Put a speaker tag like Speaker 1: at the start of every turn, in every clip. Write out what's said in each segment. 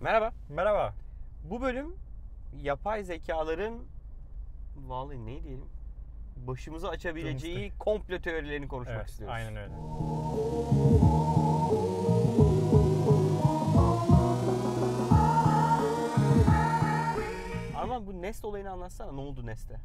Speaker 1: Merhaba.
Speaker 2: Merhaba.
Speaker 1: Bu bölüm yapay zekaların vallahi ne diyelim başımızı açabileceği komplo teorilerini konuşmak
Speaker 2: Evet,
Speaker 1: istiyoruz.
Speaker 2: aynen öyle.
Speaker 1: Arman bu Nest olayını anlatsana. Ne oldu Nest'e?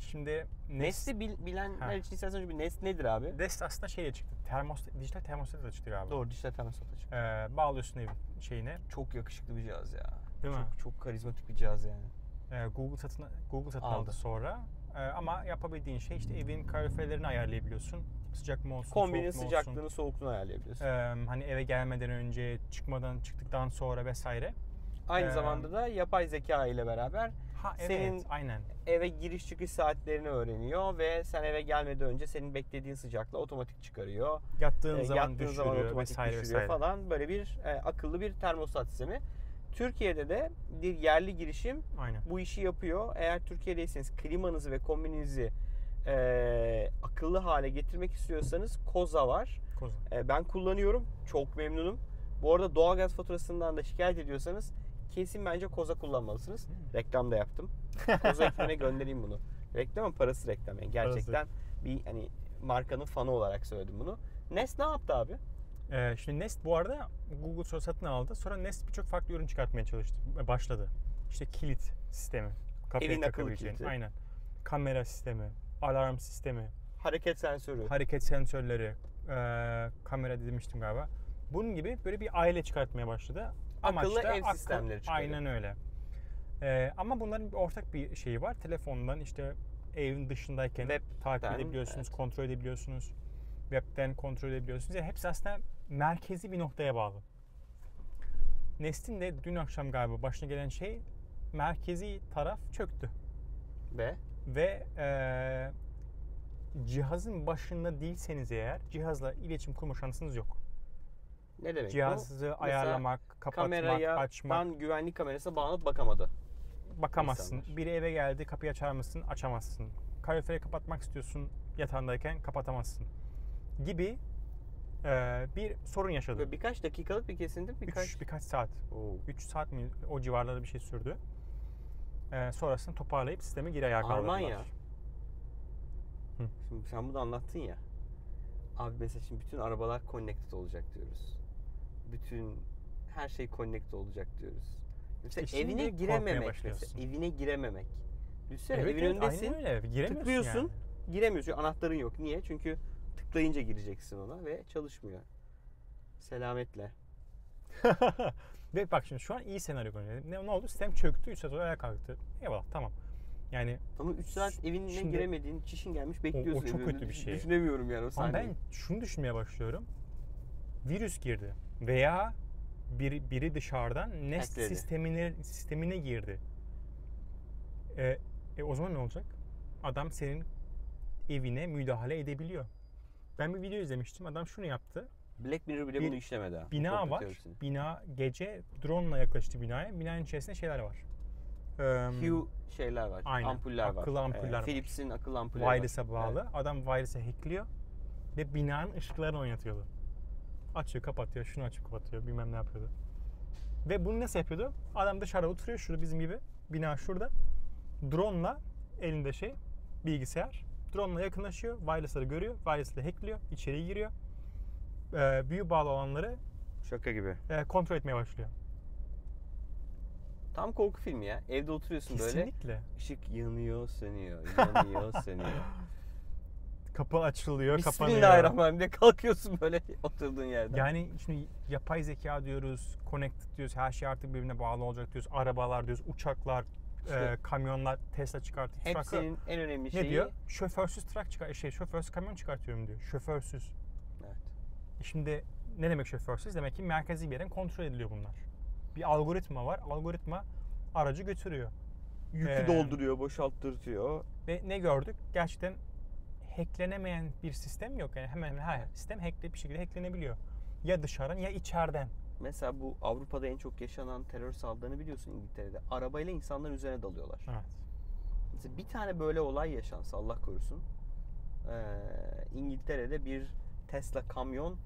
Speaker 2: Şimdi
Speaker 1: Nest'i bil- bilenler
Speaker 2: Ha.
Speaker 1: için istersen önce bir Nest nedir abi?
Speaker 2: Dest aslında şeyle çıktı. Termostat, dijital termostat da çıktı galiba.
Speaker 1: Doğru dijital termostat açık.
Speaker 2: Ee, bağlıyorsun evin şeyine.
Speaker 1: Çok yakışıklı bir cihaz ya.
Speaker 2: Değil mi?
Speaker 1: çok, çok karizmatik bir cihaz yani.
Speaker 2: Ee, Google satın Google satın
Speaker 1: Aldı.
Speaker 2: aldı, sonra. Ee, ama yapabildiğin şey işte evin kaloriferlerini ayarlayabiliyorsun. Sıcak mı olsun,
Speaker 1: Kombinin
Speaker 2: soğuk mu
Speaker 1: sıcaklığını,
Speaker 2: olsun.
Speaker 1: soğukluğunu ayarlayabiliyorsun.
Speaker 2: Ee, hani eve gelmeden önce, çıkmadan, çıktıktan sonra vesaire.
Speaker 1: Aynı
Speaker 2: Ee,
Speaker 1: zamanda da yapay zeka ile beraber
Speaker 2: Ha evet,
Speaker 1: Senin-
Speaker 2: aynen.
Speaker 1: eve giriş çıkış saatlerini öğreniyor ve sen eve gelmeden önce senin beklediğin sıcaklığı otomatik çıkarıyor.
Speaker 2: Yattığın
Speaker 1: E,
Speaker 2: zaman
Speaker 1: yattığın
Speaker 2: düşürüyor
Speaker 1: zaman otomatik
Speaker 2: vesaire
Speaker 1: düşürüyor
Speaker 2: vesaire.
Speaker 1: falan. Böyle bir e, akıllı bir termostat sistemi. Türkiye'de de bir yerli girişim
Speaker 2: Aynen.
Speaker 1: bu işi yapıyor. Eğer Türkiye'deyseniz klimanızı ve kombininizi e, akıllı hale getirmek istiyorsanız Koza var.
Speaker 2: Koza.
Speaker 1: E, ben kullanıyorum. Çok memnunum. Bu arada doğalgaz faturasından da şikayet ediyorsanız kesin bence Koza kullanmalısınız.
Speaker 2: Hmm.
Speaker 1: Reklam da yaptım. Koza ekibine göndereyim bunu. Reklam ama parası reklam. Yani
Speaker 2: Parası.
Speaker 1: gerçekten bir hani markanın fanı olarak söyledim bunu. Nes ne yaptı abi?
Speaker 2: Ee, şimdi Nest bu arada Google sonra satın aldı. Sonra Nest birçok farklı ürün çıkartmaya çalıştı. e, Başladı. İşte kilit sistemi. Kapıya
Speaker 1: Evin akıllı
Speaker 2: takabileceğin,
Speaker 1: kilidi.
Speaker 2: Aynen. Kamera sistemi, alarm sistemi,
Speaker 1: Hareket sensörü.
Speaker 2: hareket sensörleri, e, kamera demiştim galiba. Bunun gibi böyle bir aile çıkartmaya başladı. Amaç
Speaker 1: Akıllı
Speaker 2: da
Speaker 1: ev sistemleri çıkarıyor.
Speaker 2: Aynen öyle. Ee, ama bunların bir ortak bir şeyi var. Telefondan işte evin dışındayken
Speaker 1: Web'den,
Speaker 2: takip edebiliyorsunuz, kontrol edebiliyorsunuz. Web'den kontrol edebiliyorsunuz. Yani hepsi aslında merkezi bir noktaya bağlı. Nest'in de dün akşam galiba başına gelen şey merkezi taraf çöktü
Speaker 1: Ve
Speaker 2: ve eee, cihazın başında değilseniz eğer cihazla iletişim kurma şansınız yok.
Speaker 1: ne demek bu?
Speaker 2: Cihazı ayarlamak, kapatmak,
Speaker 1: Kameraya
Speaker 2: açmak
Speaker 1: ben güvenlik kamerasına bağlanıp bakamadı.
Speaker 2: bakamazsın.
Speaker 1: insanlar.
Speaker 2: Biri eve geldi kapıyı açar mısın? Açamazsın. Kaloriferi kapatmak istiyorsun yatağındayken kapatamazsın. Gibi eee, bir sorun yaşadım.
Speaker 1: Ve birkaç dakikalık bir kesinti birkaç.
Speaker 2: Üç, birkaç saat.
Speaker 1: Oo.
Speaker 2: 3 saat mi o civarlarda bir şey sürdü. Eee, sonrasını toparlayıp sistemi geri ayağa kaldırdılar.
Speaker 1: Arman ya.
Speaker 2: Hı.
Speaker 1: Şimdi sen bunu anlattın ya. Abi mesela şimdi bütün arabalar connected olacak diyoruz. Bütün her şey connected olacak diyoruz. Mesela
Speaker 2: İşte şimdi
Speaker 1: evine
Speaker 2: korkmaya
Speaker 1: girememek
Speaker 2: başlıyorsun.
Speaker 1: mesela. Evine girememek. Düşünsene
Speaker 2: Evet,
Speaker 1: evin
Speaker 2: evet,
Speaker 1: önündesin.
Speaker 2: Aynen öyle. Giremiyorsun
Speaker 1: Tıklıyorsun.
Speaker 2: yani.
Speaker 1: Giremiyorsun. Çünkü Anahtarın yok. Niye? Çünkü tıklayınca gireceksin ona ve çalışmıyor. Selametle.
Speaker 2: Ve bak şimdi şu an iyi senaryo konuşuyoruz. Ne, ne oldu? Sistem çöktü, 3 saat sonra ayağa kalktı. Eyvallah tamam. Yani
Speaker 1: Ama 3 saat evine
Speaker 2: Şimdi-
Speaker 1: giremediğin, çişin gelmiş bekliyorsun.
Speaker 2: çok
Speaker 1: evinde.
Speaker 2: kötü bir
Speaker 1: Düş-
Speaker 2: şey.
Speaker 1: Düşünemiyorum yani o
Speaker 2: ama
Speaker 1: sahneyi.
Speaker 2: ben şunu düşünmeye başlıyorum. Virüs girdi veya biri, biri dışarıdan Nest
Speaker 1: Hackledi.
Speaker 2: sistemine, sistemine girdi. E, e, o zaman ne olacak? Adam senin evine müdahale edebiliyor. Ben bir video izlemiştim. Adam şunu yaptı.
Speaker 1: Black Mirror bile
Speaker 2: Bir
Speaker 1: bunu işlemedi ha.
Speaker 2: Bina
Speaker 1: Komplo
Speaker 2: var.
Speaker 1: teorisini.
Speaker 2: Bina gece drone ile yaklaştı binaya. Binanın içerisinde şeyler var. Eee,
Speaker 1: Hue şeyler var.
Speaker 2: Hmm. Aynen.
Speaker 1: Ampuller var. Ee,
Speaker 2: Akıllı ampuller var.
Speaker 1: Philips'in akıllı ampulleri
Speaker 2: Wireless'a
Speaker 1: var.
Speaker 2: bağlı. Adam wireless'a hackliyor ve binanın ışıklarını oynatıyordu. Açıyor, kapatıyor, şunu açıp kapatıyor, bilmem ne yapıyordu. Ve bunu nasıl yapıyordu? Adam dışarıda oturuyor, şurada bizim gibi. Bina şurada. Drone'la elinde şey, bilgisayar. Drone'la yakınlaşıyor, wireless'ları görüyor, wireless'la hackliyor, içeri giriyor. Ee, büyü bağlı olanları
Speaker 1: Evet. Şaka gibi.
Speaker 2: e, kontrol etmeye başlıyor.
Speaker 1: Tam korku filmi ya. Evde oturuyorsun böyle.
Speaker 2: Kesinlikle.
Speaker 1: Işık yanıyor, sönüyor. Yanıyor, sönüyor.
Speaker 2: Kapı açılıyor, kapanıyor.
Speaker 1: Bismillahirrahmanirrahim diye kalkıyorsun böyle oturduğun yerden.
Speaker 2: Yani şimdi yapay zeka diyoruz, connected diyoruz, her şey artık birbirine bağlı olacak diyoruz. Arabalar diyoruz, uçaklar,
Speaker 1: İşte-
Speaker 2: e, kamyonlar, Tesla çıkarttı. Truck'ı-
Speaker 1: Hepsinin en önemli
Speaker 2: ne
Speaker 1: şeyi.
Speaker 2: diyor? Şoförsüz truck çıkar, şey şoförsüz kamyon çıkartıyorum diyor. Şoförsüz.
Speaker 1: Evet.
Speaker 2: E Şimdi ne demek şoförsüz? Demek ki merkezi bir yerden kontrol ediliyor bunlar. Bir algoritma var. Algoritma aracı götürüyor.
Speaker 1: Yükü
Speaker 2: Ee,
Speaker 1: dolduruyor, boşalttırtıyor.
Speaker 2: Ve ne gördük? Gerçekten hacklenemeyen bir sistem yok. Yani hemen hemen her sistem hackle bir şekilde hacklenebiliyor. Ya dışarıdan ya içeriden.
Speaker 1: Mesela bu Avrupa'da en çok yaşanan terör saldırılarını biliyorsun İngiltere'de. Arabayla insanların üzerine dalıyorlar.
Speaker 2: Evet.
Speaker 1: Mesela bir tane böyle olay yaşansa Allah korusun. Ee, İngiltere'de bir Tesla kamyon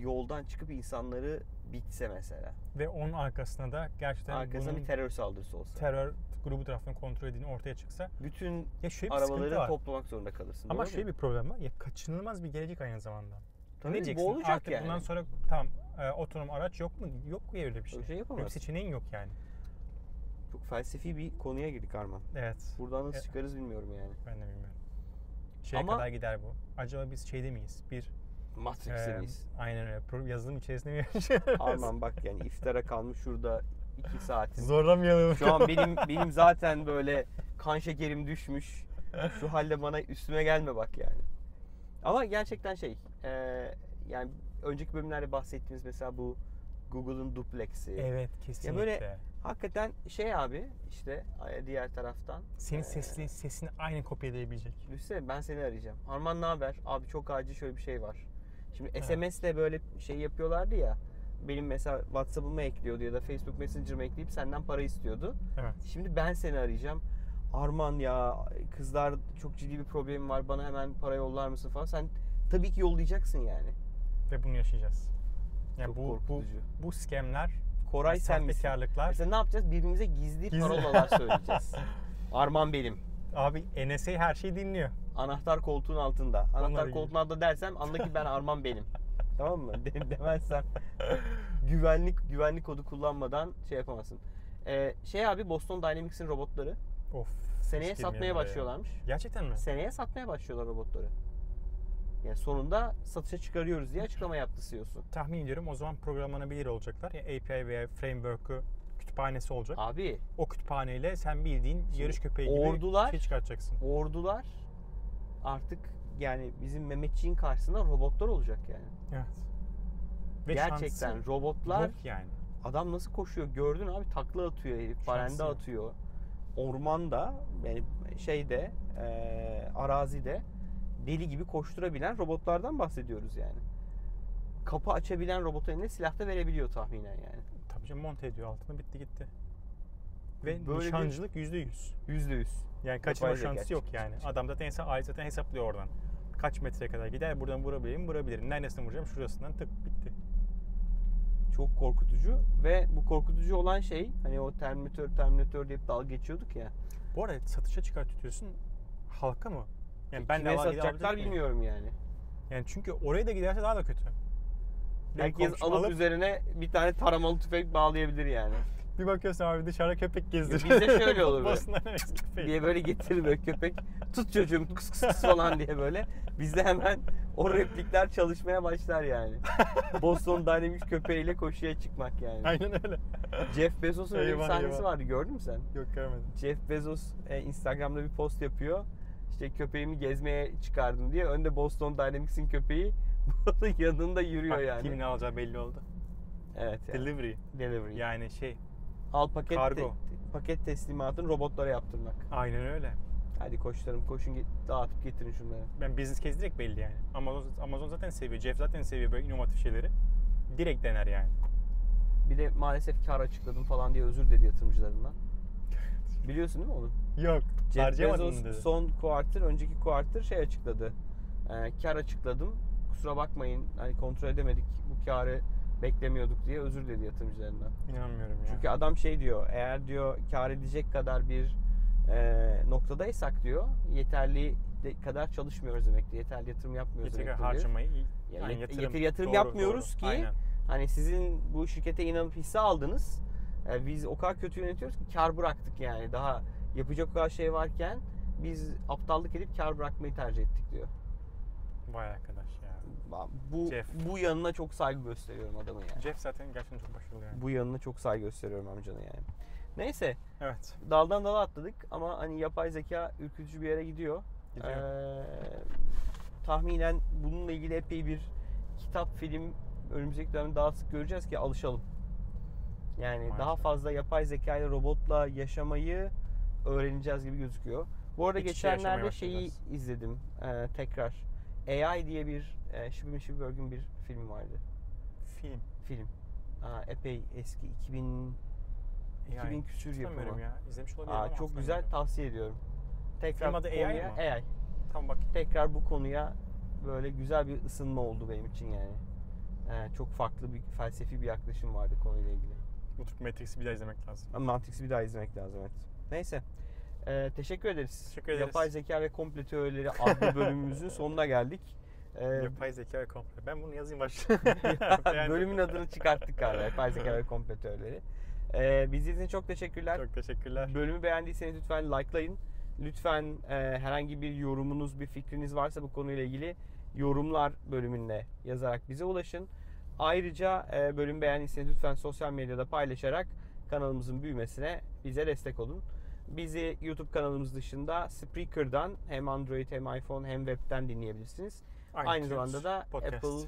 Speaker 1: yoldan çıkıp insanları bitse mesela.
Speaker 2: Ve onun arkasına da gerçekten
Speaker 1: Arkasına
Speaker 2: bunun
Speaker 1: bir terör saldırısı olsa.
Speaker 2: terör grubu tarafından kontrol edildiğini ortaya çıksa
Speaker 1: Bütün
Speaker 2: ya şöyle bir sıkıntı
Speaker 1: arabaları
Speaker 2: var.
Speaker 1: toplamak zorunda kalırsın.
Speaker 2: Ama
Speaker 1: doğru
Speaker 2: şey
Speaker 1: mu?
Speaker 2: bir problem var. Ya kaçınılmaz bir gelecek aynı zamanda.
Speaker 1: Tabii,
Speaker 2: ne diyeceksin?
Speaker 1: Bu olacak
Speaker 2: Artık
Speaker 1: yani.
Speaker 2: bundan sonra tam e, otonom araç yok mu? Yok mu öyle bir
Speaker 1: Öyle
Speaker 2: şey?
Speaker 1: şey
Speaker 2: Öyle bir
Speaker 1: yapamazsın.
Speaker 2: seçeneğin yok yani.
Speaker 1: Çok felsefi bir konuya girdik Arman.
Speaker 2: Evet.
Speaker 1: Buradan nasıl
Speaker 2: E-
Speaker 1: çıkarız bilmiyorum yani.
Speaker 2: Ben de bilmiyorum. Şeye
Speaker 1: Ama-
Speaker 2: kadar gider bu. Acaba biz şeyde miyiz? Bir
Speaker 1: Matrix'e
Speaker 2: e,
Speaker 1: miyiz?
Speaker 2: aynen öyle. Pro- Yazılım içerisinde mi
Speaker 1: Arman bak yani iftara kalmış şurada iki saatin.
Speaker 2: Zorlamayalım.
Speaker 1: Şu an benim benim zaten böyle kan şekerim düşmüş. Şu halde bana üstüme gelme bak yani. Ama gerçekten şey e, yani önceki bölümlerde bahsettiğimiz mesela bu Google'ın duplex'i.
Speaker 2: Evet kesinlikle.
Speaker 1: böyle- Hakikaten şey abi işte diğer taraftan.
Speaker 2: Senin
Speaker 1: e,
Speaker 2: sesli, sesini aynı kopyalayabilecek.
Speaker 1: Düşünsene ben seni arayacağım. Harman ne haber? Abi çok acil şöyle bir şey var. Şimdi
Speaker 2: Evet.
Speaker 1: SMS'le böyle şey yapıyorlardı ya. Benim mesela WhatsApp'ımı ekliyordu ya da Facebook Messenger'ımı ekleyip senden para istiyordu.
Speaker 2: Evet.
Speaker 1: Şimdi ben seni arayacağım. Arman ya kızlar çok ciddi bir problemim var bana hemen para yollar mısın falan. Sen tabii ki yollayacaksın yani.
Speaker 2: Ve bunu yaşayacağız. Yani
Speaker 1: çok
Speaker 2: bu, bu,
Speaker 1: korkutucu.
Speaker 2: bu scamler,
Speaker 1: Koray sen misin?
Speaker 2: sahtekarlıklar.
Speaker 1: Mesela ne yapacağız? Birbirimize gizli,
Speaker 2: Gizli.
Speaker 1: parolalar söyleyeceğiz. Arman benim.
Speaker 2: Abi NSA her şeyi dinliyor.
Speaker 1: Anahtar koltuğun altında.
Speaker 2: Onlar
Speaker 1: Anahtar
Speaker 2: gibi.
Speaker 1: koltuğun altında dersem anla ki ben Arman benim. tamam mı? De- demezsem güvenlik güvenlik kodu kullanmadan şey yapamazsın. Ee, şey abi Boston Dynamics'in robotları
Speaker 2: Of.
Speaker 1: seneye
Speaker 2: hiç girmeyelim
Speaker 1: satmaya
Speaker 2: oraya.
Speaker 1: başlıyorlarmış.
Speaker 2: Gerçekten mi?
Speaker 1: Seneye satmaya başlıyorlar robotları. Yani sonunda satışa çıkarıyoruz diye açıklama yaptı E CEO'su.
Speaker 2: Tahmin ediyorum o zaman programlanabilir olacaklar. Ya API veya framework'ü kütüphanesi olacak.
Speaker 1: Abi
Speaker 2: O kütüphaneyle sen bildiğin
Speaker 1: Şimdi
Speaker 2: yarış köpeği gibi
Speaker 1: ordular-
Speaker 2: şey çıkartacaksın.
Speaker 1: ordular artık yani bizim Mehmetçiğin karşısında robotlar olacak yani.
Speaker 2: Evet.
Speaker 1: Gerçekten
Speaker 2: şansı
Speaker 1: robotlar
Speaker 2: yok yani.
Speaker 1: Adam nasıl koşuyor gördün abi takla atıyor herif. Parende
Speaker 2: yok.
Speaker 1: atıyor. Ormanda yani şeyde eee, arazide deli gibi koşturabilen robotlardan bahsediyoruz yani. Kapı açabilen robotun eline silah da verebiliyor tahminen yani.
Speaker 2: Tabii canım monte ediyor altına bitti gitti. Ve
Speaker 1: Böyle bir-
Speaker 2: nişancılık yüzde yüz.
Speaker 1: Yüzde yüz.
Speaker 2: Yani kaçma
Speaker 1: Yapay zeka.
Speaker 2: şansı yok yani.
Speaker 1: şey.
Speaker 2: Adam zaten hesap, ay zaten hesaplıyor oradan. Kaç metreye kadar gider buradan vurabilirim vurabilirim. Neresinden vuracağım şurasından tık bitti.
Speaker 1: Çok korkutucu ve bu korkutucu olan şey hani o Terminator Terminator deyip dalga geçiyorduk ya.
Speaker 2: Bu arada satışa çıkartıyorsun halka mı? Yani ben
Speaker 1: E, Kime
Speaker 2: de
Speaker 1: satacaklar bilmiyorum yani.
Speaker 2: Yani çünkü oraya da giderse daha da kötü. Bir
Speaker 1: Herkes
Speaker 2: komşu
Speaker 1: alıp, üzerine bir tane taramalı tüfek bağlayabilir yani.
Speaker 2: bir bakıyorsun abi dışarıda köpek gezdiriyor.
Speaker 1: Bizde şöyle olur be.
Speaker 2: Basınlar evet, köpek.
Speaker 1: diye böyle getirir böyle köpek. Tut çocuğum kıs kıs kıs falan diye böyle. Bizde hemen o replikler çalışmaya başlar yani. Boston Dynamics köpeğiyle koşuya çıkmak yani.
Speaker 2: Aynen öyle.
Speaker 1: Jeff Bezos'un öyle bir
Speaker 2: Eyvah,
Speaker 1: sahnesi
Speaker 2: eyvah.
Speaker 1: vardı gördün mü sen?
Speaker 2: Yok görmedim.
Speaker 1: Jeff Bezos e, Instagram'da bir post yapıyor. İşte köpeğimi gezmeye çıkardım diye. Önde Boston Dynamics'in köpeği yanında yürüyor
Speaker 2: Bak,
Speaker 1: yani.
Speaker 2: Kimin ne alacağı belli oldu.
Speaker 1: Evet yani.
Speaker 2: Delivery.
Speaker 1: Delivery.
Speaker 2: Yani şey
Speaker 1: Al paket, te-
Speaker 2: Kargo.
Speaker 1: paket teslimatını robotlara yaptırmak.
Speaker 2: aynen öyle.
Speaker 1: Hadi koçlarım koşun git, dağıtıp getirin şunları.
Speaker 2: Ben business case direkt belli yani. Amazon Amazon zaten seviyor. Jeff zaten seviyor böyle inovatif şeyleri. Direkt dener yani.
Speaker 1: Bir de maalesef kar açıkladım falan diye özür dedi yatırımcılarından. Biliyorsun değil mi onu?
Speaker 2: Yok.
Speaker 1: Jeff
Speaker 2: Harcayamadın
Speaker 1: Bezos
Speaker 2: dedi.
Speaker 1: son kuartır, önceki kuartır şey açıkladı. Ee, kar açıkladım. Kusura bakmayın. Hani kontrol edemedik. Bu karı beklemiyorduk diye özür dedi yatırımcılarından.
Speaker 2: İnanmıyorum ya.
Speaker 1: Çünkü adam şey diyor. Eğer diyor kar edecek kadar bir e, noktadaysak diyor. Yeterli de- kadar çalışmıyoruz demektir. Yeterli yatırım yapmıyoruz
Speaker 2: Yeter
Speaker 1: demektir.
Speaker 2: ki
Speaker 1: diyor.
Speaker 2: harcamayı iyi-
Speaker 1: Ya
Speaker 2: yani
Speaker 1: yet-
Speaker 2: yatırım,
Speaker 1: yeter- yatırım
Speaker 2: Doğru,
Speaker 1: yapmıyoruz
Speaker 2: doğru.
Speaker 1: ki
Speaker 2: Aynen.
Speaker 1: Hani sizin bu şirkete inanıp hisse aldınız. E, biz o kadar kötü yönetiyoruz ki kar bıraktık yani. Daha yapacak o kadar şey varken biz aptallık edip kar bırakmayı tercih ettik diyor.
Speaker 2: Vay arkadaş ya.
Speaker 1: Ba- Bu
Speaker 2: Jeff.
Speaker 1: bu yanına çok saygı gösteriyorum adamın yani.
Speaker 2: Jeff zaten gerçekten çok başarılı yani.
Speaker 1: Bu yanına çok saygı gösteriyorum amcanın yani. Neyse
Speaker 2: Evet.
Speaker 1: daldan dala atladık ama hani yapay zeka ürkütücü bir yere gidiyor.
Speaker 2: Gidiyor.
Speaker 1: Ee, tahminen bununla ilgili epey bir kitap, film önümüzdeki dönemde daha sık göreceğiz ki alışalım. Yani
Speaker 2: Maalesef.
Speaker 1: daha fazla yapay zeka ile robotla yaşamayı öğreneceğiz gibi gözüküyor. Bu arada
Speaker 2: İç içe yaşamaya
Speaker 1: geçenlerde şeyi
Speaker 2: başlayacağız.
Speaker 1: izledim ee, tekrar. AI diye bir e, Steven Spielberg'in bir filmi vardı.
Speaker 2: Film.
Speaker 1: Film. Aa, epey eski 2000
Speaker 2: AI.
Speaker 1: 2000 küsür yapımı.
Speaker 2: Hatırlamıyorum ya. İzlemiş olabilirim
Speaker 1: Aa,
Speaker 2: ama
Speaker 1: çok güzel
Speaker 2: hatırlamıyorum.
Speaker 1: tavsiye ediyorum. Tekrar
Speaker 2: Film adı
Speaker 1: bu
Speaker 2: AI
Speaker 1: konuya-
Speaker 2: mı?
Speaker 1: AI.
Speaker 2: Tamam bak.
Speaker 1: Tekrar bu konuya böyle güzel bir ısınma oldu benim için yani. e, çok farklı bir felsefi bir yaklaşım vardı konuyla ilgili.
Speaker 2: Bu tür Matrix'i bir daha izlemek lazım.
Speaker 1: Ama Matrix'i bir daha izlemek lazım evet. Neyse. Ee, teşekkür ederiz.
Speaker 2: Teşekkür ederiz.
Speaker 1: Yapay zeka ve komplo teorileri adlı bölümümüzün sonuna geldik. Ee,
Speaker 2: Yapay zeka ve komple. Ben bunu yazayım başta. Beğendim.
Speaker 1: bölümün adını çıkarttık galiba. Yapay zeka ve komplo teorileri. Ee, bizi izlediğiniz için çok teşekkürler.
Speaker 2: Çok teşekkürler.
Speaker 1: Bölümü beğendiyseniz lütfen likelayın. Lütfen e, herhangi bir yorumunuz, bir fikriniz varsa bu konuyla ilgili yorumlar bölümünde yazarak bize ulaşın. Ayrıca e, bölümü beğendiyseniz lütfen sosyal medyada paylaşarak kanalımızın büyümesine bize destek olun. Bizi YouTube kanalımız dışında Spreaker'dan hem Android hem iPhone hem web'ten dinleyebilirsiniz. Aynı
Speaker 2: iTunes
Speaker 1: zamanda da
Speaker 2: Podcast.
Speaker 1: Apple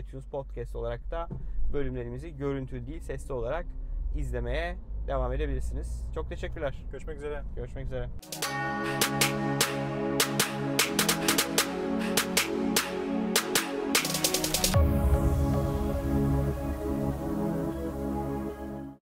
Speaker 1: iTunes Podcast olarak da bölümlerimizi görüntü değil sesli olarak izlemeye devam edebilirsiniz. Çok teşekkürler.
Speaker 2: Görüşmek üzere.
Speaker 1: Görüşmek üzere.